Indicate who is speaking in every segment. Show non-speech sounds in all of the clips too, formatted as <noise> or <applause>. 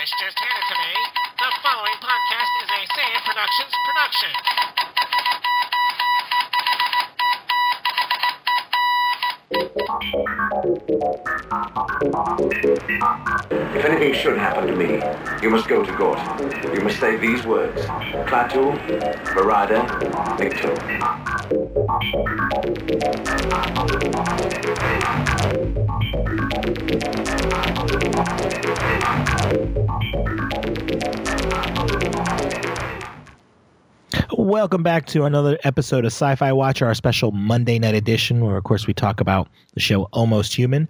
Speaker 1: It's just handed to me. The following podcast is a Sand Productions production.
Speaker 2: If anything should happen to me, you must go to Gorton. You must say these words. Klaatu, Barada, Victor.
Speaker 3: Welcome back to another episode of Sci Fi Watch, our special Monday night edition, where, of course, we talk about the show Almost Human.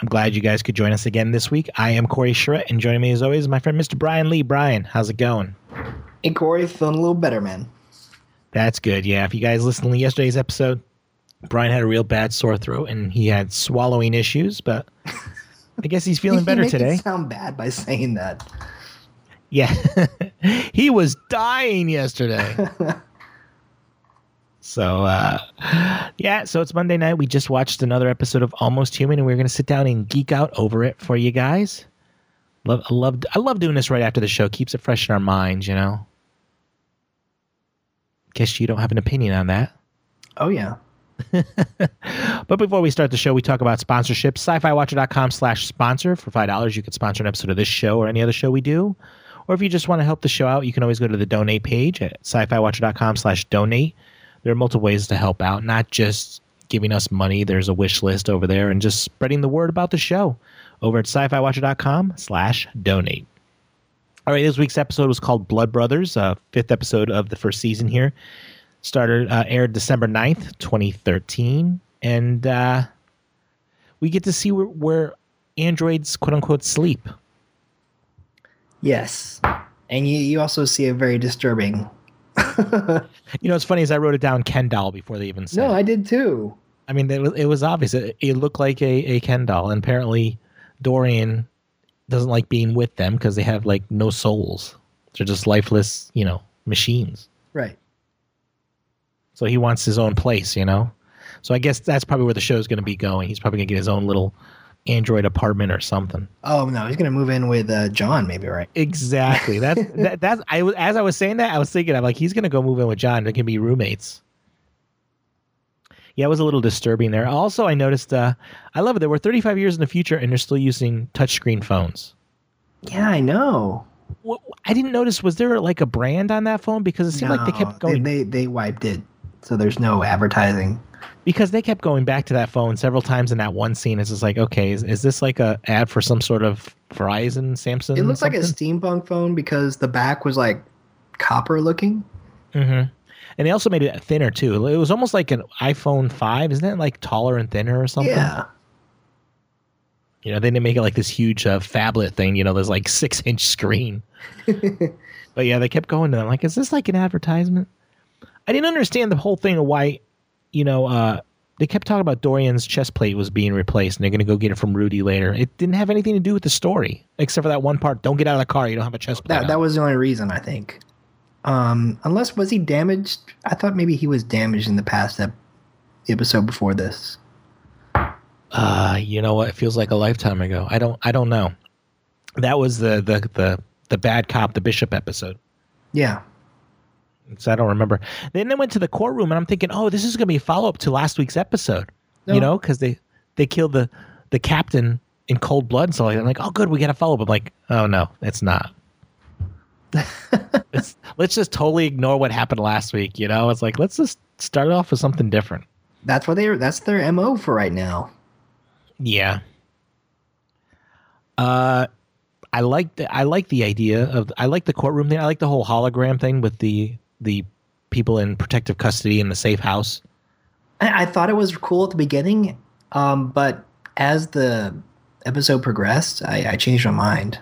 Speaker 3: I'm glad you guys could join us again this week. I am Corey Shrett, and joining me as always is my friend Mr. Brian Lee. Brian, how's it going?
Speaker 4: Hey Corey, feeling a little better, man.
Speaker 3: That's good. Yeah, if you guys listened to yesterday's episode, Brian had a real bad sore throat and he had swallowing issues, but <laughs> I guess he's feeling
Speaker 4: You
Speaker 3: better
Speaker 4: make
Speaker 3: today.
Speaker 4: It sound bad by saying that.
Speaker 3: Yeah. <laughs> he was dying yesterday. so, uh, yeah, so it's Monday night. We just watched another episode of Almost Human, and we're going to sit down and geek out over it for you guys. Love, I, love, I love doing this right after the show. Keeps it fresh in our minds, you know? Guess you don't have an opinion on that.
Speaker 4: Oh yeah,
Speaker 3: But before we start the show, we talk about sponsorships. Sci-fiwatcher.com slash sponsor. For $5, you could sponsor an episode of this show or any other show we do. Or if you just want to help the show out, you can always go to the donate page at sci-fiwatcher.com slash donate. There are multiple ways to help out, not just giving us money. There's a wish list over there and just spreading the word about the show over at sci-fiwatcher.com slash donate. All right, this week's episode was called Blood Brothers, uh, fifth episode of the first season here started uh, aired December 9th, 2013. And uh, we get to see where, where androids, quote unquote, sleep.
Speaker 4: yes. And you, you also see a very disturbing.
Speaker 3: You know, it's funny as I wrote it down Ken doll before they even said
Speaker 4: No,
Speaker 3: it.
Speaker 4: I did too.
Speaker 3: I mean, it was, it was obvious. It, it looked like a, a Ken doll. And apparently, Dorian doesn't like being with them because they have like no souls. They're just lifeless, you know, machines.
Speaker 4: Right.
Speaker 3: So he wants his own place, you know? So I guess that's probably where the show's going to be going. He's probably going to get his own little android apartment or something.
Speaker 4: Oh no, he's gonna move in with uh, John, maybe right?
Speaker 3: Exactly.
Speaker 4: <laughs>
Speaker 3: That's that, that's I was as I was saying that I was thinking I'm like he's gonna go move in with John. They can be roommates. Yeah, it was a little disturbing there. Also, I noticed uh, I love it that we're 35 years in the future and they're still using touchscreen phones.
Speaker 4: Yeah, I know.
Speaker 3: What, I didn't notice was there like a brand on that phone because it seemed like they
Speaker 4: No,
Speaker 3: kept going
Speaker 4: They, they they wiped it, so there's no advertising.
Speaker 3: because they kept going back to that phone several times in that one scene. It's just like okay, is, is this like a ad for some sort of Verizon, Samsung?
Speaker 4: It looks like a
Speaker 3: something?
Speaker 4: steampunk phone because the back was like copper looking.
Speaker 3: hmm And they also made it thinner too. It was almost like an iPhone five, isn't it? Like taller and thinner or something.
Speaker 4: Yeah.
Speaker 3: You know, they didn't make it like this huge uh, phablet thing. You know, there's like <laughs> six inch
Speaker 4: <laughs>
Speaker 3: screen. but yeah, they kept going to them. Like, is this like an advertisement? I didn't understand the whole thing of why, you know, uh, they kept talking about Dorian's chest plate was being replaced and they're going to go get it from Rudy later. It didn't have anything to do with the story except for that one part. Don't get out of the car. You don't have a chest plate.
Speaker 4: That
Speaker 3: on."
Speaker 4: that was the only reason I think. Um, unless was he damaged? I thought maybe he was damaged in the past ep- episode before this.
Speaker 3: Uh, you know what? It feels like a lifetime ago. I don't I don't know. That was the the the the bad cop the bishop episode.
Speaker 4: Yeah,
Speaker 3: So I don't remember. Then they went to the courtroom and I'm thinking, "Oh, this is going to be a follow-up to last week's episode." You
Speaker 4: No.
Speaker 3: know, cuz they they killed the the captain in cold blood so like, I'm like, "Oh, good, we got a follow-up." I'm like, "Oh no, it's not." let's, let's just totally ignore what happened last week, you know? It's like, let's just start it off with something different.
Speaker 4: that's what they. That's their mo for right now.
Speaker 3: Yeah. Uh, I like the I like the idea of I like the courtroom thing. I like the whole hologram thing with the the people in protective custody in the safe house.
Speaker 4: I, I thought it was cool at the beginning, um, but as the episode progressed, I, I changed my mind.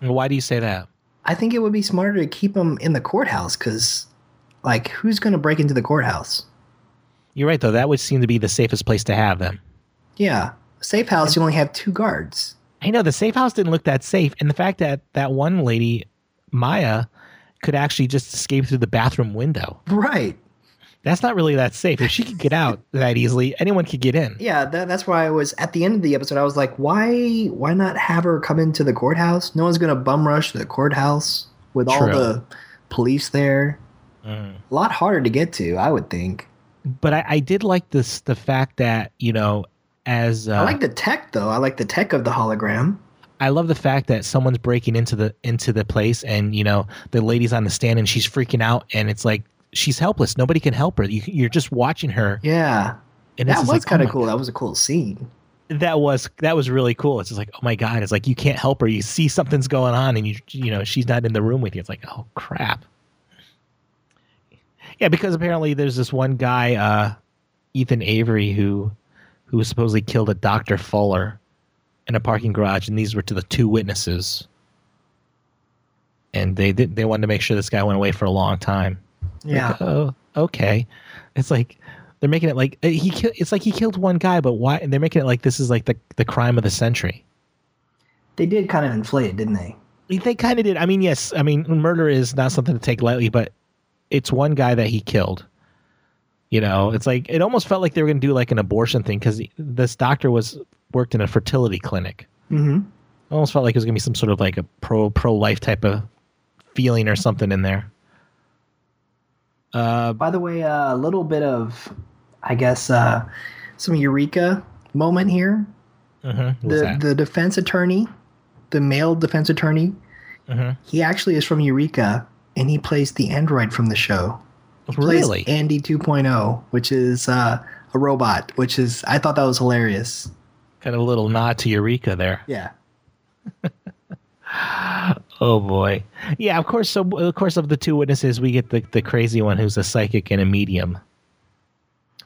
Speaker 3: Why do you say that?
Speaker 4: I think it would be smarter to keep them in the courthouse because, like, who's going to break into the courthouse?
Speaker 3: You're right though. That would seem to be the safest place to have them.
Speaker 4: Yeah, safe house. You only have two guards.
Speaker 3: I know the safe house didn't look that safe, and the fact that that one lady, Maya, could actually just escape through the bathroom window.
Speaker 4: Right.
Speaker 3: That's not really that safe. If she could get out that easily, anyone could get in.
Speaker 4: Yeah, that, that's why I was at the end of the episode. I was like, why why not have her come into the courthouse? No one's gonna bum rush the courthouse with all
Speaker 3: True.
Speaker 4: the police there.
Speaker 3: Mm.
Speaker 4: A lot harder to get to, I would think.
Speaker 3: But I, I did like this the fact that you know as uh,
Speaker 4: I like the tech though. I like the tech of the hologram.
Speaker 3: I love the fact that someone's breaking into the into the place, and you know the lady's on the stand and she's freaking out, and it's like she's helpless. Nobody can help her. You, you're just watching her.
Speaker 4: Yeah,
Speaker 3: And it's
Speaker 4: that
Speaker 3: just
Speaker 4: was
Speaker 3: like,
Speaker 4: kind
Speaker 3: oh
Speaker 4: of
Speaker 3: my-
Speaker 4: cool. That was a cool scene.
Speaker 3: That was that was really cool. It's just like oh my god. It's like you can't help her. You see something's going on, and you you know she's not in the room with you. It's like oh crap. Yeah, because apparently there's this one guy, uh, Ethan Avery, who who supposedly killed a Doctor Fuller in a parking garage, and these were to the two witnesses. And they did, they wanted to make sure this guy went away for a long time.
Speaker 4: Yeah,
Speaker 3: Like, oh, okay. It's like they're making it like uh, he. Ki- it's like he killed one guy, but why? And they're making it like this is like the the crime of the century.
Speaker 4: they did kind of inflate it, didn't they?
Speaker 3: They kind of did. I mean, yes. I mean, murder is not something to take lightly, but it's one guy that he killed. You know, it's like it almost felt like they were going to do like an abortion thing because this doctor was worked in a fertility clinic.
Speaker 4: Mm-hmm.
Speaker 3: I almost felt like it was gonna be some sort of like a pro pro life type of feeling or something in there. Uh,
Speaker 4: By the way, uh, a little bit of, I guess, uh, some eureka moment here.
Speaker 3: mhm, what was
Speaker 4: Mm-hmm. The
Speaker 3: that?
Speaker 4: the defense attorney, the male defense attorney,
Speaker 3: Mhm.
Speaker 4: he actually is from Eureka, and he plays the android from the show. He plays
Speaker 3: really?
Speaker 4: Andy 2.0, which is uh, a robot. Which is I thought that was hilarious.
Speaker 3: Kind of a little nod to Eureka there.
Speaker 4: Yeah,
Speaker 3: Oh boy, yeah. Of course. So of course, of the two witnesses, we get the the crazy one who's a psychic and a medium.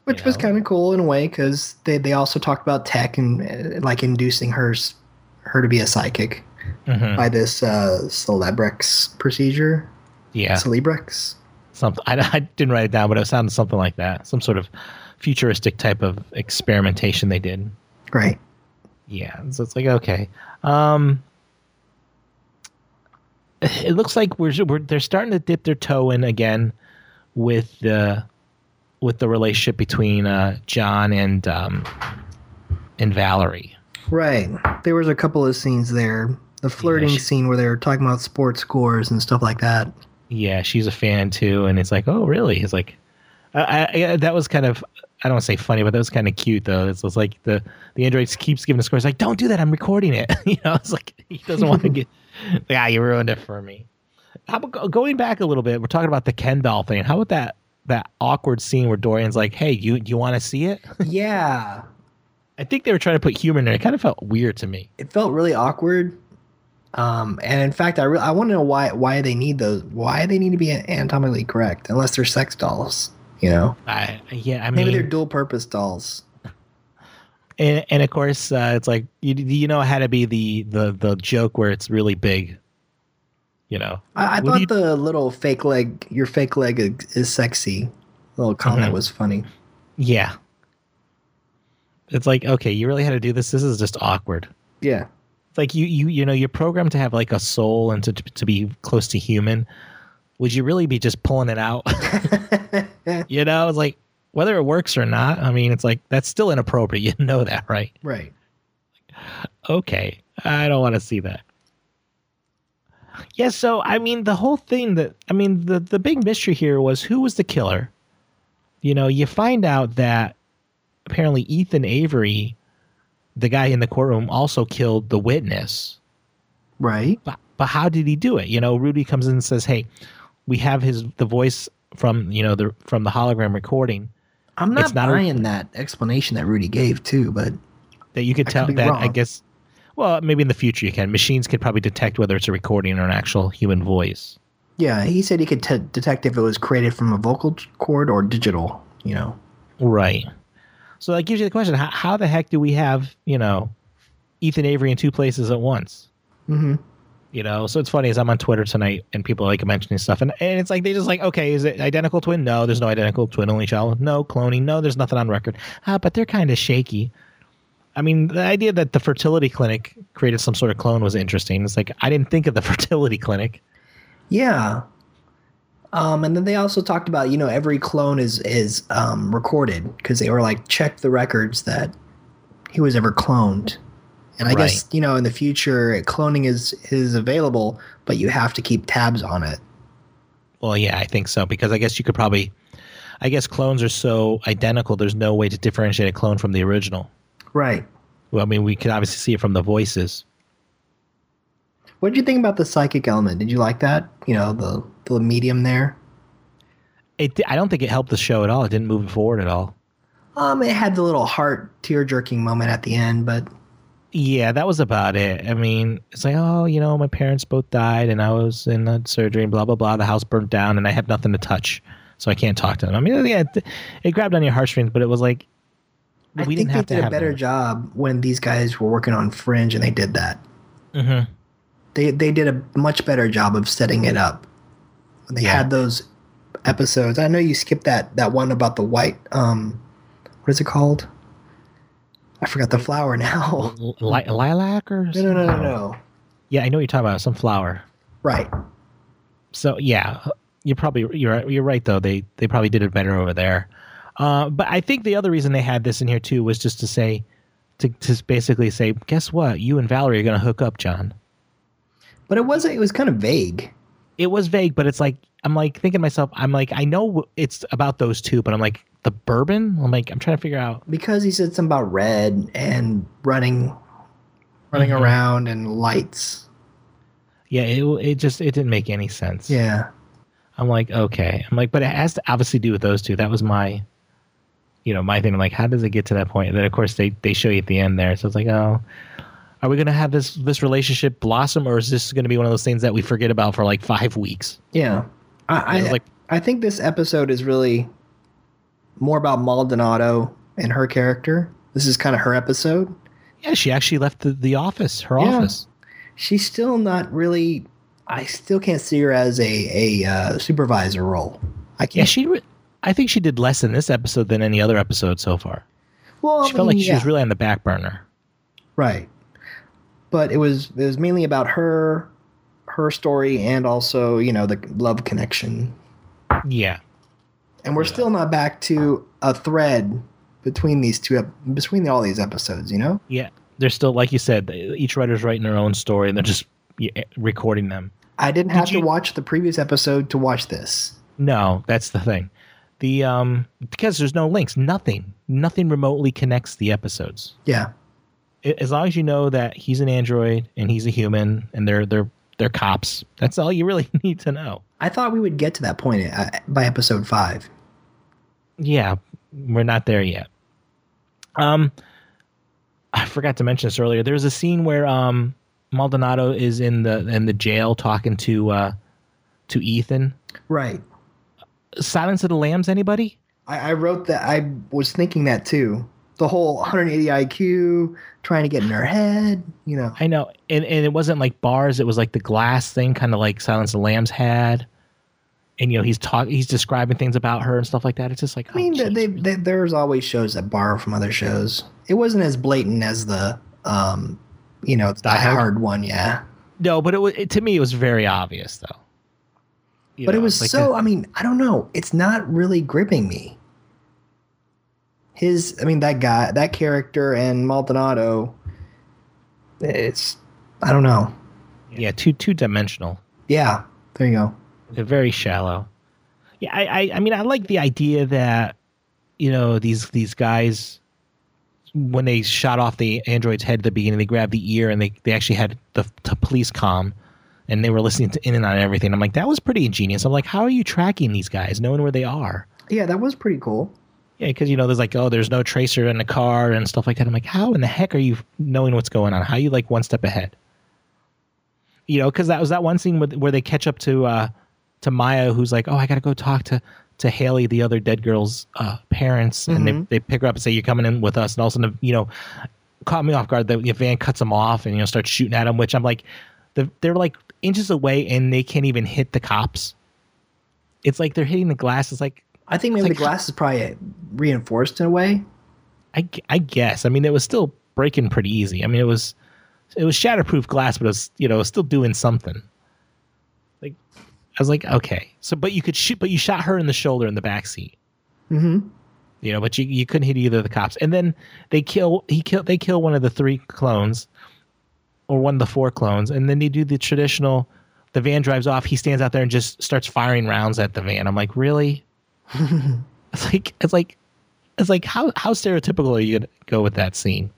Speaker 4: which
Speaker 3: You
Speaker 4: was
Speaker 3: know?
Speaker 4: kind of cool in a way because they they also talked about tech and uh, like inducing her s- her to be a psychic
Speaker 3: Mhm.
Speaker 4: by this uh, Celebrex procedure.
Speaker 3: Yeah.
Speaker 4: Celebrex.
Speaker 3: Something. I, I didn't write it down, but it sounded something like that. Some sort of futuristic type of experimentation they did.
Speaker 4: Right.
Speaker 3: Yeah, so it's like okay. Um it looks like we're, we're they're starting to dip their toe in again with the with the relationship between uh John and um and Valerie.
Speaker 4: Right. There was a couple of scenes there. The flirting
Speaker 3: she-
Speaker 4: scene where they were talking about sports scores and stuff like that.
Speaker 3: Yeah, she's a fan too and it's like, "Oh, really?" It's like I, I, I- that was kind of I don't want to say funny, but that was kind of cute though. It was like the the android keeps giving the scores like, "Don't do that, I'm recording it." <laughs> you know, it's like he doesn't want to get. <laughs> Yeah, you ruined it for me. How about go- going back a little bit? We're talking about the Ken doll thing. How about that that awkward scene where Dorian's like, "Hey, you you want to see it?"
Speaker 4: <laughs> yeah.
Speaker 3: I think they were trying to put humor in there. It kind of felt weird to me.
Speaker 4: It felt really awkward. Um, and in fact, I re- I want to know why why they need those why they need to be anatomically correct unless they're sex dolls, you know.
Speaker 3: I yeah, I mean,
Speaker 4: Maybe they're dual purpose dolls.
Speaker 3: and, and of course uh, it's like you you know how to be the the the joke where it's really big. You know,
Speaker 4: I, I
Speaker 3: What
Speaker 4: thought
Speaker 3: do you-
Speaker 4: the little fake leg, your fake leg is, is sexy. Little comment
Speaker 3: Mhm.
Speaker 4: was funny.
Speaker 3: Yeah. It's like, okay, you really had to do this. This is just awkward.
Speaker 4: Yeah, <laughs>
Speaker 3: It's like you you you know, you're programmed to have like a soul and to to be close to human. Would you really be just pulling it out? <laughs> you know, it's like whether it works or not, I mean, it's like that's still inappropriate. <laughs> You know that, right?
Speaker 4: right.
Speaker 3: okay, I don't want to see that. Yeah, so I mean, the whole thing that I mean, the the big mystery here was who was the killer. You know, you find out that apparently Ethan Avery, the guy in the courtroom, also killed the witness.
Speaker 4: Right.
Speaker 3: But but how did he do it? You know, Rudy comes in and says, "Hey, we have his the voice from you know the from the hologram recording
Speaker 4: I'm
Speaker 3: It's
Speaker 4: not,
Speaker 3: not a-
Speaker 4: buying that explanation that Rudy gave too, but
Speaker 3: that you could
Speaker 4: I could
Speaker 3: tell
Speaker 4: be
Speaker 3: that I
Speaker 4: wrong.
Speaker 3: guess." Well, maybe in the future you can. Machines could probably detect whether it's a recording or an actual human voice.
Speaker 4: yeah, he said he could t- detect if it was created from a vocal cord or digital. You know.
Speaker 3: Right. So that gives you the question: how, how the heck do we have you know Ethan Avery in two places at once?
Speaker 4: Mm-hmm.
Speaker 3: You know, so it's funny as I'm on Twitter tonight and people are like mentioning stuff, and, and it's like they just like, okay, is it identical twin? No, there's no identical twin, only child. No cloning. No, there's nothing on record. Ah, but they're kind of shaky. I mean, the idea that the fertility clinic created some sort of <laughs> clone was interesting. It's like I didn't think of the fertility clinic.
Speaker 4: Yeah. Um, and then they also talked about you know every clone is is um, recorded because they were like check the records that he was ever cloned. And I
Speaker 3: Right.
Speaker 4: guess you know in the future cloning is is available, but you have to keep tabs on it.
Speaker 3: Well, yeah, I think so because I guess you could probably, I guess clones are so identical. There's no way to differentiate a clone from the original.
Speaker 4: Right.
Speaker 3: Well, I mean, we could obviously see it from the voices.
Speaker 4: What did you think about the psychic element? Did you like that? You know the the medium there.
Speaker 3: It, I don't think it helped the show at all. It didn't move it forward at all.
Speaker 4: Um, it had the little heart tear jerking moment at the end, but
Speaker 3: Yeah, that was about it. I mean, it's like, oh, you know, my parents both died and I was in uh, surgery and blah, blah, blah. The house burnt down and I have nothing to touch. So I can't talk to them. I mean, yeah, it, it grabbed on your heartstrings, but it was like,
Speaker 4: I
Speaker 3: we
Speaker 4: think
Speaker 3: didn't have
Speaker 4: they
Speaker 3: to
Speaker 4: did
Speaker 3: have
Speaker 4: a better job when these guys were working on Fringe, and they did that.
Speaker 3: hmm
Speaker 4: They they did a much better job of setting it up. When they
Speaker 3: Yeah.
Speaker 4: had those episodes. I know you skipped that that one about the white. Um, what is it called? I forgot the flower now. <laughs>
Speaker 3: L- li- lilac or
Speaker 4: No, no, no, no,
Speaker 3: something?
Speaker 4: no.
Speaker 3: Yeah, I know what you're talking about. Some flower.
Speaker 4: Right.
Speaker 3: So yeah, you're probably you're you're right though. They they probably did it better over there. Uh, but I think the other reason they had this in here too was just to say, to to basically say, guess what? You and Valerie are gonna hook up, John.
Speaker 4: But it wasn't. It was kind of vague.
Speaker 3: It was vague, but it's like I'm like thinking to myself, I'm like I know it's about those two, but I'm like the bourbon. I'm like I'm trying to figure out.
Speaker 4: because he said something about red and running running
Speaker 3: Mhm.
Speaker 4: around and lights
Speaker 3: Yeah, it it just it didn't make any sense.
Speaker 4: yeah
Speaker 3: I'm like okay. I'm like, but it has to obviously do with those two. That was my. You know my thing. I'm like, how does it get to that point? And then of course they they show you at the end there. So it's like, oh, are we going to have this this relationship blossom, or is this going to be one of those things that we forget about for like five weeks?
Speaker 4: yeah i
Speaker 3: It
Speaker 4: I,
Speaker 3: was like,
Speaker 4: I think this episode is really more about maldonado and her character this is kind of her episode
Speaker 3: yeah, she actually left the, the office, her
Speaker 4: Yeah.
Speaker 3: office.
Speaker 4: she's still not really i still can't see her as a a uh, supervisor role i can't
Speaker 3: Yeah, she. Re- I think she did less in this episode than any other episode so far.
Speaker 4: well I
Speaker 3: She felt like
Speaker 4: mean,
Speaker 3: she was
Speaker 4: yeah.
Speaker 3: really on the back burner.
Speaker 4: Right. But it was it was mainly about her her story and also, you know, the love connection.
Speaker 3: Yeah,
Speaker 4: And we're
Speaker 3: Yeah.
Speaker 4: still not back to a thread between these two ep- between all these episodes, you know?
Speaker 3: they're still like you said. Each writer's writing their own story, and they're just yeah, recording them.
Speaker 4: I didn't
Speaker 3: Did
Speaker 4: have
Speaker 3: you-
Speaker 4: to watch the previous episode to watch this.
Speaker 3: No, that's the thing. The um because there's no links, nothing, nothing remotely connects the episodes.
Speaker 4: Yeah.
Speaker 3: I- As long as you know that he's an android and he's a human and they're they're they're cops. That's all you really <laughs> need to know.
Speaker 4: I thought we would get to that point uh, by episode 5.
Speaker 3: Yeah, we're not there yet. Um I forgot to mention this earlier. There's a scene where um Maldonado is in the in the jail talking to uh to Ethan.
Speaker 4: Right.
Speaker 3: Silence of the Lambs anybody?
Speaker 4: I, I wrote that I was thinking that too. The whole 180 IQ trying to get in her head, you know.
Speaker 3: I know, and and it wasn't like bars. It was like the glass thing, kind of like Silence of the Lambs had. And you know, he's talking, he's describing things about her and stuff like that. It's just like,
Speaker 4: I mean,
Speaker 3: oh,
Speaker 4: th
Speaker 3: geez.
Speaker 4: they, they, there's always shows that borrow from other shows. It wasn't as blatant as the, um, you know, the
Speaker 3: Die
Speaker 4: Die
Speaker 3: Hard?
Speaker 4: Hard one, yeah.
Speaker 3: no, but it was it, to me, it was very obvious though. You
Speaker 4: but it
Speaker 3: know,
Speaker 4: was
Speaker 3: like
Speaker 4: so.
Speaker 3: the-
Speaker 4: I mean, I don't know. It's not really gripping me. His, I mean, that guy, that character, and Maldonado. It's, I don't know.
Speaker 3: yeah, two two dimensional,
Speaker 4: Yeah, there you go.
Speaker 3: They're very shallow. Yeah, I, I I mean, I like the idea that you know these these guys when they shot off the android's head at the beginning, they grabbed the ear and they they actually had the, the police com. and they were listening to in and out and everything. I'm like, that was pretty ingenious. I'm like, how are you tracking these guys, knowing where they are?
Speaker 4: Yeah, that was pretty cool.
Speaker 3: Yeah, because you know, there's like, oh, there's no tracer in the car and stuff like that. I'm like, how in the heck are you knowing what's going on? How are you like one step ahead? You know, because that was that one scene with, where they catch up to uh, to Maya, who's like, oh, I gotta go talk to to Haley, the other dead girl's uh, parents, and
Speaker 4: Mhm.
Speaker 3: they, they pick her up and say, you're coming in with us, and all of a sudden, you know, caught me off guard. The the van cuts them off and you know starts shooting at them, which I'm like, the, they're like inches away and they can't even hit the cops. It's like they're hitting the glass. It's like
Speaker 4: I think maybe
Speaker 3: Like-
Speaker 4: the glass is probably reinforced in a way.
Speaker 3: I, gu- I guess. I mean, it was still breaking pretty easy. I mean, it was it was shatterproof glass, but it was you know it was still doing something. Like I was like, okay. So, but you could shoot, but you shot her in the shoulder in the back seat.
Speaker 4: Mm-hmm.
Speaker 3: You know, but you, you couldn't hit either of the cops. And then they kill he kill they kill one of the three clones, or one of the four clones, and then they do the traditional. The van drives off. He stands out there and just starts firing rounds at the van. I'm like, really? it's like it's like it's like how how stereotypical are you gonna go with that scene?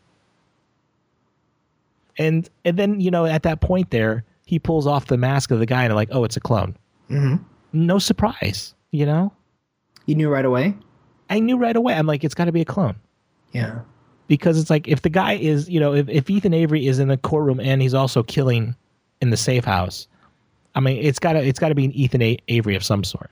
Speaker 3: And and then you know at that point there he pulls off the mask of the guy and like oh it's a clone.
Speaker 4: Mm-hmm.
Speaker 3: No surprise, you know.
Speaker 4: You knew right away.
Speaker 3: I knew right away. I'm like it's got to be a clone
Speaker 4: Yeah.
Speaker 3: because it's like if the guy is you know if, if Ethan Avery is in the courtroom and he's also killing in the safe house, I mean it's gotta it's gotta be an Ethan A- Avery of some sort.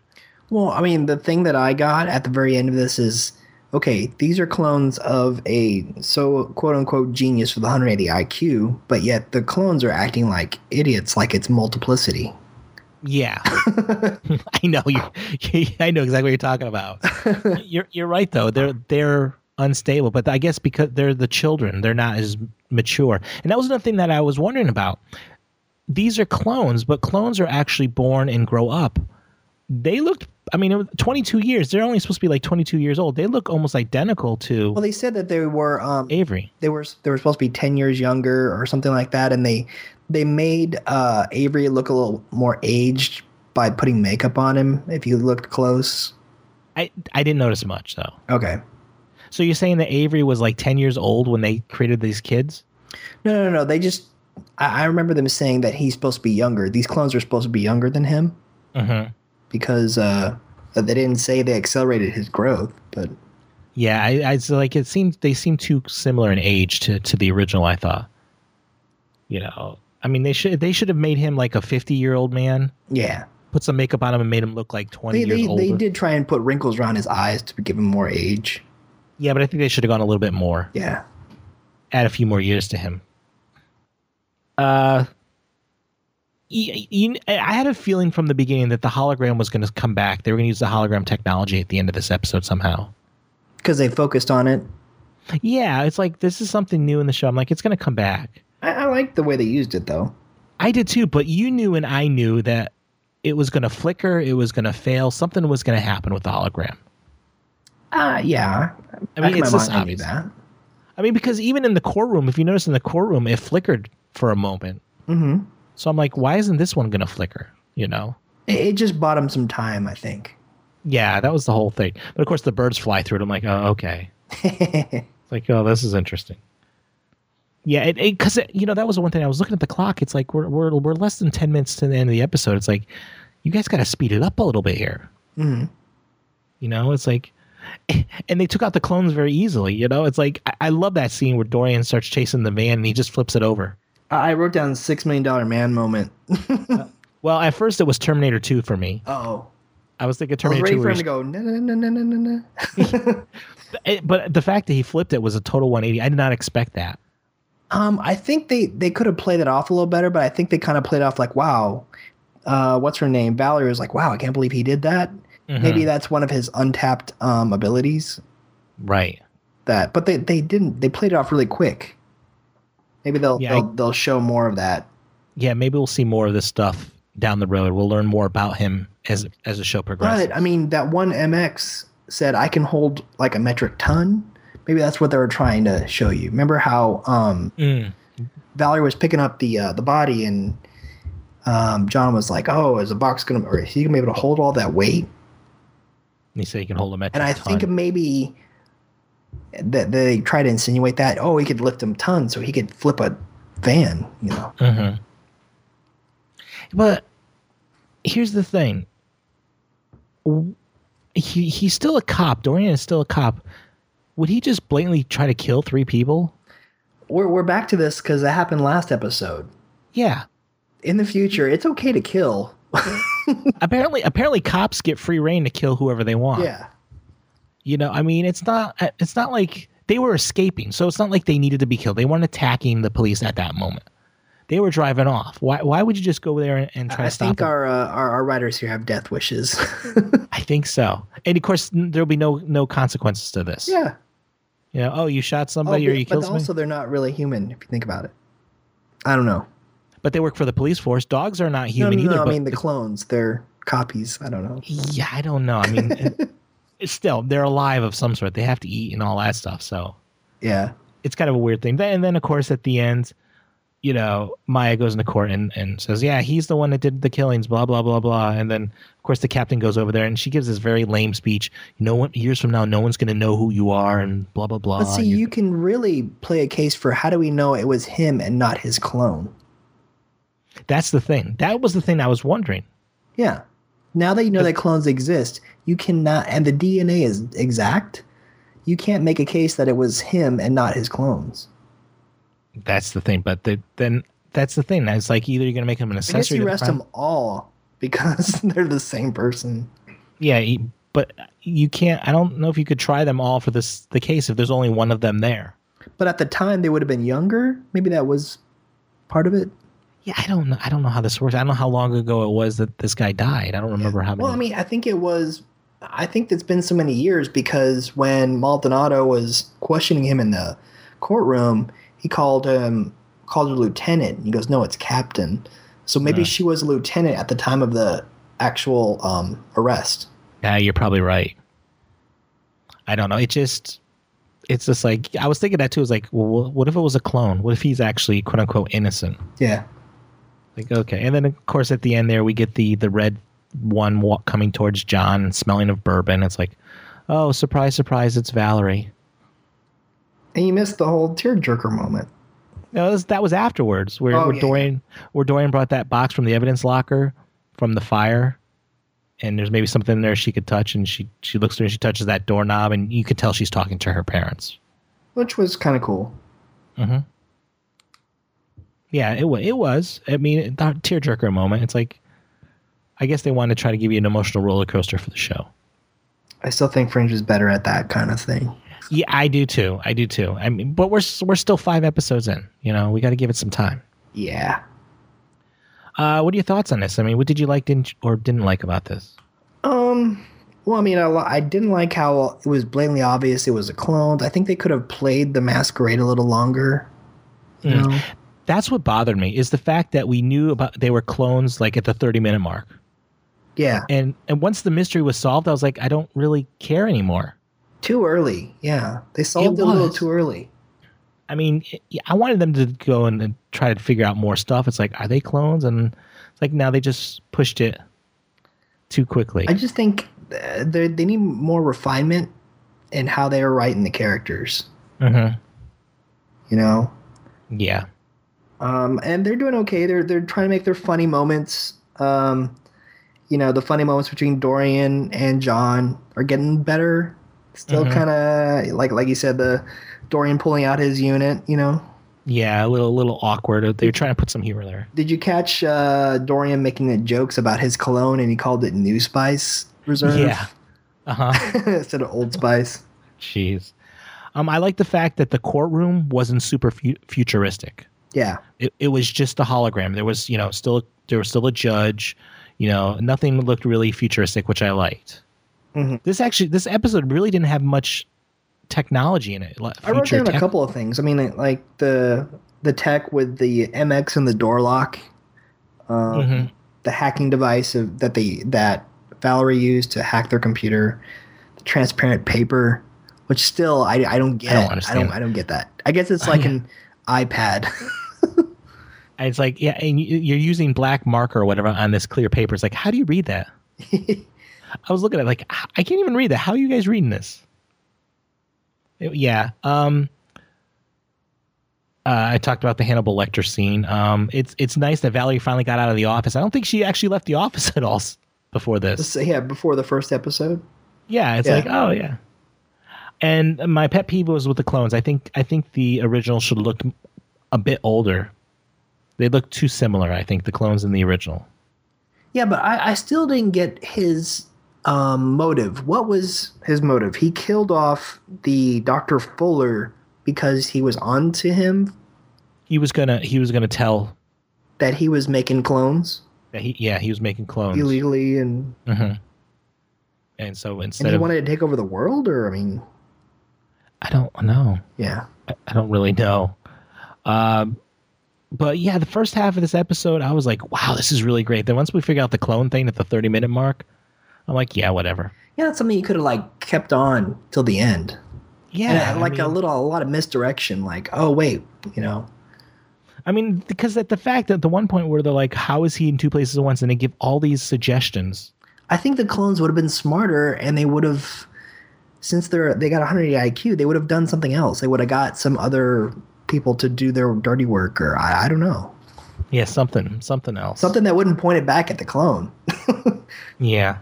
Speaker 4: Well, I mean, the thing that I got at the very end of this is okay, these are clones of a so quote unquote genius with 180 IQ, but yet the clones are acting like idiots, like it's multiplicity. <laughs>
Speaker 3: Yeah, <laughs> I know you. <laughs> I know exactly what you're talking about.
Speaker 4: <laughs>
Speaker 3: you're you're right though. They're they're unstable, but I guess because they're the children, they're not as mature. And that was another thing that I was wondering about. These are clones, but clones are actually born and grow up. They looked. I mean, it was 22 years. They're only supposed to be like 22 years old. They look almost identical to
Speaker 4: Well, they said that they were um,
Speaker 3: Avery.
Speaker 4: they were they were supposed to be 10 years younger or something like that, and they they made uh, Avery look a little more aged by putting makeup on him. If you looked close,
Speaker 3: I I didn't notice much though.
Speaker 4: okay.
Speaker 3: So you're saying that Avery was like 10 years old when they created these kids?
Speaker 4: No, no, no. They just I, I remember them saying that he's supposed to be younger. These clones are supposed to be younger than him.
Speaker 3: Mm-hmm.
Speaker 4: because uh, they didn't say they accelerated his growth, but
Speaker 3: Yeah, I, I it's like it seemed they seem too similar in age to, to the original. I thought, you know, I mean they should they should have made him like a fifty year old man,
Speaker 4: yeah,
Speaker 3: put some makeup on him and made him look like twenty
Speaker 4: they
Speaker 3: years
Speaker 4: they,
Speaker 3: older.
Speaker 4: they did try and put wrinkles around his eyes to give him more age.
Speaker 3: Yeah, but I think they should have gone a little bit more,
Speaker 4: Yeah,
Speaker 3: add a few more years to him. Uh, y- you, I had a feeling from the beginning that the hologram was going to come back. They were going to use the hologram technology at the end of this episode somehow.
Speaker 4: because they focused on it.
Speaker 3: Yeah, it's like this is something new in the show. I'm like, it's going to come back.
Speaker 4: I, I like the way they used it though.
Speaker 3: I did too, but you knew and I knew that it was going to flicker, it was going to fail, something was going to happen with the hologram.
Speaker 4: Uh, yeah,
Speaker 3: I mean,
Speaker 4: Back in
Speaker 3: it's
Speaker 4: my
Speaker 3: just
Speaker 4: mind, I knew
Speaker 3: obvious.
Speaker 4: that.
Speaker 3: I mean, because even in the courtroom, if you notice in the courtroom, it flickered for a moment.
Speaker 4: hmm
Speaker 3: So I'm like, why isn't this one going to flicker? You know?
Speaker 4: It, it just bought him some time, I think. <laughs>
Speaker 3: Yeah, that was the whole thing. But of course, the birds fly through it. I'm like, oh, okay. It's like, oh, this is interesting. Yeah, it because you know that was the one thing I was looking at the clock. It's like we're we're we're less than ten minutes to the end of the episode. It's like you guys got to speed it up a little bit here.
Speaker 4: Mhm.
Speaker 3: You know, it's like, <laughs> and they took out the clones very easily. You know, it's like I, I love that scene where Dorian starts chasing the van and he just flips it over.
Speaker 4: I I wrote down six million dollar man moment.
Speaker 3: Well, at first it was Terminator Two for me.
Speaker 4: oh,
Speaker 3: I was thinking
Speaker 4: I was
Speaker 3: Terminator
Speaker 4: ready
Speaker 3: Two,
Speaker 4: for
Speaker 3: where
Speaker 4: him to go. No, no, no, no, no, no, no.
Speaker 3: he's- but the fact that he flipped it was a total 180. I did not expect that.
Speaker 4: Um, I think they they could have played it off a little better, but I think they kind of played off like, wow, uh, what's her name? Valerie was like, wow, I can't believe he did that.
Speaker 3: Mm-hmm.
Speaker 4: Maybe that's one of his untapped um, abilities.
Speaker 3: right.
Speaker 4: That, but they they didn't. They played it off really quick. Maybe they'll
Speaker 3: Yeah, I-
Speaker 4: they'll, they'll show more of that.
Speaker 3: yeah, maybe we'll see more of this stuff down the road. We'll learn more about him as as the show progresses.
Speaker 4: But I mean, that one MX said I can hold like a metric ton. Maybe that's what they were trying to show you. Remember how um,
Speaker 3: Mm.
Speaker 4: Valerie was picking up the uh, the body, and um, John was like, "Oh, is the box gonna? Or is he gonna be able to hold all that weight?"
Speaker 3: And he said he can hold a metric
Speaker 4: And I
Speaker 3: ton.
Speaker 4: think maybe that they try to insinuate that, oh, he could lift him tons, so he could flip a van, you know.
Speaker 3: Mhm. But here's the thing. W- He he's still a cop. Dorian is still a cop. Would he just blatantly try to kill three people?
Speaker 4: We're we're back to this because that happened last episode.
Speaker 3: Yeah.
Speaker 4: In the future, it's okay to kill.
Speaker 3: Apparently, apparently, cops get free reign to kill whoever they want.
Speaker 4: <laughs> Yeah.
Speaker 3: You know, I mean, it's not uh, it's not like they were escaping, so it's not like they needed to be killed. They weren't attacking the police at that moment. They were driving off. Why why would you just go there and, and try
Speaker 4: I
Speaker 3: to stop
Speaker 4: think
Speaker 3: them?
Speaker 4: our, uh, our our writers here have death wishes. <laughs>
Speaker 3: I think so. And of course, n- there'll be no no consequences to this.
Speaker 4: yeah.
Speaker 3: You know, oh, you shot
Speaker 4: Oh,
Speaker 3: somebody or
Speaker 4: but-
Speaker 3: you
Speaker 4: but
Speaker 3: killed somebody.
Speaker 4: also, they're not really human if you think about it. I don't know.
Speaker 3: but they work for the police force. Dogs are not
Speaker 4: No,
Speaker 3: human
Speaker 4: no, no,
Speaker 3: either.
Speaker 4: I
Speaker 3: but
Speaker 4: mean the clones. They're copies. I don't know.
Speaker 3: Yeah, I don't know. I
Speaker 4: <laughs>
Speaker 3: mean, it- it's still, they're alive of some sort. They have to eat and all that stuff. So
Speaker 4: Yeah.
Speaker 3: it's kind of a weird thing. Then, and then, of course, at the end, you know, Maya goes into court and, and says, Yeah, he's the one that did the killings, blah, blah, blah, blah. And then, of course, the captain goes over there and she gives this very lame speech. You know, what, years from now, no one's going to know who you are and blah, blah, blah.
Speaker 4: But see,
Speaker 3: And you're-
Speaker 4: you can really play a case for how do we know it was him and not his clone?
Speaker 3: That's the thing. That was the thing I was wondering.
Speaker 4: Yeah. Now that you know that clones exist, you cannot, and the DNA is exact, you can't make a case that it was him and not his clones.
Speaker 3: That's the thing. But the, then that's the thing. It's like either you're going to make him an
Speaker 4: I guess
Speaker 3: accessory.
Speaker 4: you
Speaker 3: to the
Speaker 4: arrest
Speaker 3: crime-
Speaker 4: them all because <laughs> they're the same person.
Speaker 3: Yeah, he- but you can't. I don't know if you could try them all for this the case if there's only one of them there.
Speaker 4: But at the time, they would have been younger. Maybe that was part of it.
Speaker 3: Yeah, I don't know. I don't know how this works. I don't know how long ago it was that this guy died. I don't remember how many.
Speaker 4: Well, I mean, I think it was. I think it's been so many years because when Maldonado was questioning him in the courtroom, he called him called her lieutenant. And he goes, "No, it's captain." So maybe
Speaker 3: Yeah.
Speaker 4: she was a lieutenant at the time of the actual um, arrest.
Speaker 3: yeah, you're probably right. I don't know. It just, it's just like I was thinking that too. It's like, well, what if it was a clone? What if he's actually quote unquote innocent?
Speaker 4: Yeah,
Speaker 3: Like, okay. And then, of course, at the end there, we get the the red one wa- coming towards John and smelling of bourbon. It's like, oh, surprise, surprise, it's Valerie.
Speaker 4: and you missed the whole tearjerker moment.
Speaker 3: No, that was, that was afterwards, where,
Speaker 4: Oh,
Speaker 3: where
Speaker 4: yeah,
Speaker 3: Dorian where Dorian brought that box from the evidence locker from the fire, and there's maybe something there she could touch, and she she looks through and she touches that doorknob, and you can tell she's talking to her parents.
Speaker 4: Which was kind of cool.
Speaker 3: Yeah, it was. It was. I mean, it- that tearjerker moment. It's like, I guess they wanted to try to give you an emotional roller coaster for the show.
Speaker 4: I still think Fringe is better at that kind of thing.
Speaker 3: Yeah, I do too. I do too. I mean, but we're s- we're still five episodes in. You know, we got to give it some time.
Speaker 4: Yeah.
Speaker 3: Uh, what are your thoughts on this? I mean, what did you like didn't you- or didn't like about this?
Speaker 4: Um. Well, I mean, I, li- I didn't like how it was blatantly obvious it was a clone. I think they could have played the masquerade a little longer. You
Speaker 3: Mm.
Speaker 4: know?
Speaker 3: That's what bothered me is the fact that we knew about they were clones like at the 30 minute mark.
Speaker 4: Yeah.
Speaker 3: And and once the mystery was solved, I was like, I don't really care anymore.
Speaker 4: Too early. Yeah. They solved it, a little
Speaker 3: was.
Speaker 4: too early.
Speaker 3: I mean, I wanted them to go and, and try to figure out more stuff. It's like, are they clones? And it's like now they just pushed it too quickly.
Speaker 4: I just think uh, they they need more refinement in how they are writing the characters.
Speaker 3: Mhm.
Speaker 4: You know.
Speaker 3: Yeah.
Speaker 4: Um, and they're doing okay. They're they're trying to make their funny moments. Um, you know, the funny moments between Dorian and John are getting better. Still
Speaker 3: Mhm.
Speaker 4: kind of like like you said, the Dorian pulling out his unit. You know,
Speaker 3: Yeah, a little a little awkward. They were trying to put some humor there.
Speaker 4: did you catch uh, Dorian making the jokes about his cologne and he called it New Spice Reserve?
Speaker 3: Yeah. Uh-huh.
Speaker 4: <laughs> instead of Old Spice.
Speaker 3: Jeez. Um, I like the fact that the courtroom wasn't super fu- futuristic.
Speaker 4: Yeah,
Speaker 3: it, it was just a hologram. There was, you know, still there was still a judge, you know, nothing looked really futuristic, which I liked.
Speaker 4: Mhm.
Speaker 3: This actually, this episode really didn't have much technology in it. like
Speaker 4: I wrote
Speaker 3: future
Speaker 4: down a
Speaker 3: tech-
Speaker 4: couple of things. I mean, like, like the the tech with the MX and the door lock. Um,
Speaker 3: Mhm.
Speaker 4: the hacking device of, that they that Valerie used to hack their computer, the transparent paper, which still I, I don't get.
Speaker 3: I don't
Speaker 4: I
Speaker 3: understand
Speaker 4: don't,
Speaker 3: that.
Speaker 4: I don't get that. I guess it's like
Speaker 3: yeah. <laughs>
Speaker 4: an iPad. <laughs>
Speaker 3: And it's like, yeah, and you- you're using black marker or whatever on this clear paper. It's like, how do you read that? I was looking at it like, h- I can't even read that. How are you guys reading this? It- yeah. Um, uh, I talked about the Hannibal Lecter scene. Um, it's it's nice that Valerie finally got out of the office. I don't think she actually left the office <laughs> at all s- before this.
Speaker 4: So, yeah, before the first episode.
Speaker 3: Yeah, it's
Speaker 4: Yeah.
Speaker 3: like oh yeah. And my pet peeve was with the clones. I think I think the original should look a bit older. They look too similar. I think the clones in the original.
Speaker 4: Yeah, but I, I still didn't get his um, motive. What was his motive? He killed off the Doctor Fuller because he was on to him
Speaker 3: He was gonna he was gonna tell
Speaker 4: that he was making clones
Speaker 3: that he yeah he was making clones.
Speaker 4: illegally, and,
Speaker 3: hmm And so instead
Speaker 4: and he
Speaker 3: of
Speaker 4: wanted to take over the world. Or I mean,
Speaker 3: I don't know.
Speaker 4: yeah.
Speaker 3: I don't really know. Um, but yeah, the first half of this episode, I was like, wow, this is really great. Then once we figure out the clone thing at the 30 minute mark, I'm like, yeah, whatever.
Speaker 4: Yeah, that's something you could have like kept on till the end. And,
Speaker 3: Yeah.
Speaker 4: uh, like
Speaker 3: I
Speaker 4: a
Speaker 3: mean,
Speaker 4: little, a lot of misdirection. Like, oh wait, you know,
Speaker 3: I mean, because at the fact that the one point where they're like, how is he in two places at once? And they give all these suggestions.
Speaker 4: I think the clones would have been smarter, and they would have, since they're they got 180 IQ, they would have done something else. They would have got some other people to do their dirty work, or I, I don't know,
Speaker 3: Yeah, something, something else.
Speaker 4: something that wouldn't point it back at the clone. <laughs>
Speaker 3: Yeah.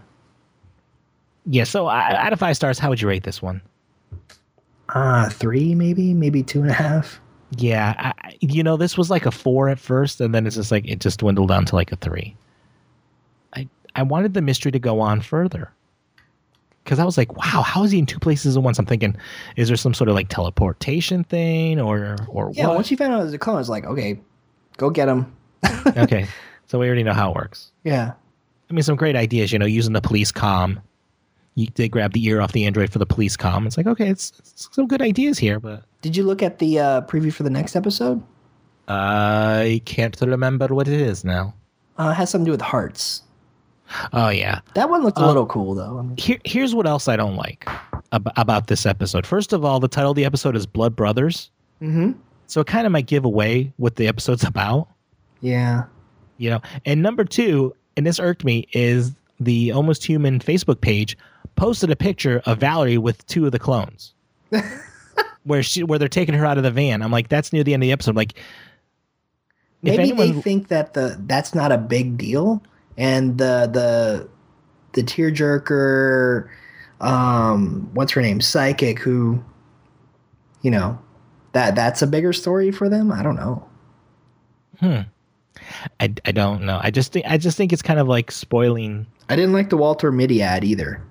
Speaker 3: Yeah. So I, out of five stars, how would you rate this one?
Speaker 4: Uh, three maybe, maybe two and a half.
Speaker 3: Yeah. I, I- you know, this was like a four at first, and then it's just like, it just dwindled down to like a three. I, I wanted the mystery to go on further. Because I was like, wow, how is he in two places at once? I'm thinking, is there some sort of like teleportation thing or, or
Speaker 4: Yeah,
Speaker 3: what?
Speaker 4: once you found out it was a clone, it's like, okay, go get him.
Speaker 3: okay. So we already know how it works.
Speaker 4: Yeah.
Speaker 3: I mean, some great ideas, you know, using the police comm. You, they grab the ear off the android for the police comm. It's like, okay, it's, it's some good ideas here, but
Speaker 4: Did you look at the uh, preview for the next episode?
Speaker 3: I can't remember what it is now.
Speaker 4: Uh, it has something to do with hearts.
Speaker 3: Oh, yeah.
Speaker 4: That one looked a
Speaker 3: Uh,
Speaker 4: little cool though. I mean,
Speaker 3: Here, here's what else I don't like ab- about this episode. First of all, the title of the episode is Blood Brothers.
Speaker 4: mm-hmm.
Speaker 3: So it kind of might give away what the episode's <laughs> about,
Speaker 4: Yeah.
Speaker 3: you know. And number two, and this irked me, is the Almost Human Facebook page posted a picture of Valerie with two of the clones.
Speaker 4: <laughs>
Speaker 3: where she where they're taking her out of the van. I'm like, that's near the end of the episode. I'm like, if
Speaker 4: Maybe
Speaker 3: anyone,
Speaker 4: they think that the that's not a big deal, and the the the tearjerker, um, what's her name, psychic, who, you know, that that's a bigger story for them. I don't know.
Speaker 3: I, I don't know. I just think I just think it's kind of like spoiling.
Speaker 4: I didn't like the Walter Mitty ad either.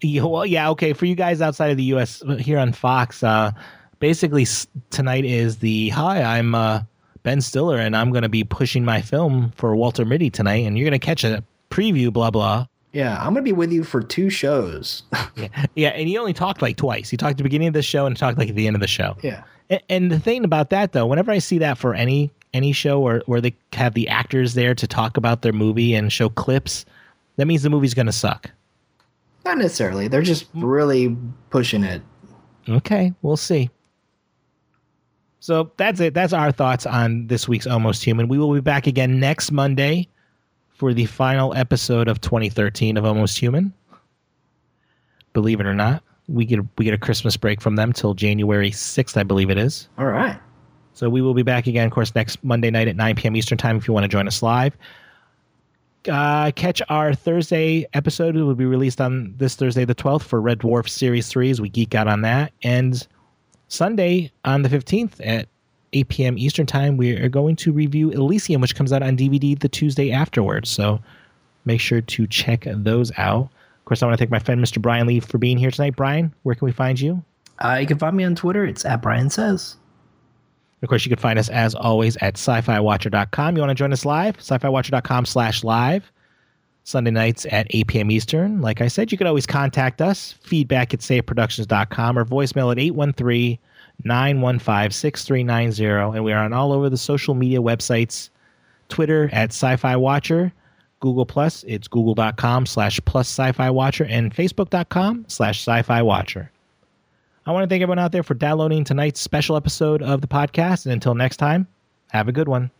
Speaker 3: Yeah, well, yeah, okay. For you guys outside of the U.S. here on Fox, uh, basically s- tonight is the hi. I'm uh, Ben Stiller, and I'm going to be pushing my film for Walter Mitty tonight, and you're going to catch a preview. Blah blah.
Speaker 4: Yeah, I'm gonna be with you for two shows. <laughs>
Speaker 3: Yeah, yeah. And he only talked like twice. He talked at the beginning of the show and talked like at the end of the show.
Speaker 4: yeah.
Speaker 3: A- And the thing about that though, whenever I see that for any any show where, where they have the actors there to talk about their movie and show clips, that means the movie's gonna suck.
Speaker 4: Not necessarily. They're just really pushing it.
Speaker 3: Okay, we'll see. So that's it. That's our thoughts on this week's Almost Human. We will be back again next Monday for the final episode of 2013 of Almost Human. Believe it or not, we get we get a Christmas break from them till January 6th, I believe it is.
Speaker 4: All right.
Speaker 3: So we will be back again, of course, next Monday night at 9 p.m. Eastern Time if you want to join us live. Uh, catch our Thursday episode. It will be released on this Thursday, the 12th, for Red Dwarf Series 3 as we geek out on that. And Sunday on the 15th at 8 p.m. Eastern Time, we are going to review Elysium, which comes out on DVD the Tuesday afterwards. So make sure to check those out. Of course, I want to thank my friend, Mr. Brian Lee, for being here tonight. Brian, where can we find you?
Speaker 4: Uh, you can find me on Twitter. It's at Brian Says.
Speaker 3: Of course, you can find us as always at sci-fiwatcher.com. You want to join us live? sci-fiwatcher.com slash live. Sunday nights at 8 p.m. Eastern. Like I said, you can always contact us, feedback at saveproductions.com or voicemail at 813-915-6390. And we are on all over the social media websites, Twitter at sci-fi watcher, Google Plus, it's google.com slash plus sci-fi watcher, and facebook.com slash sci-fi watcher. I want to thank everyone out there for downloading tonight's special episode of the podcast. And until next time, have a good one.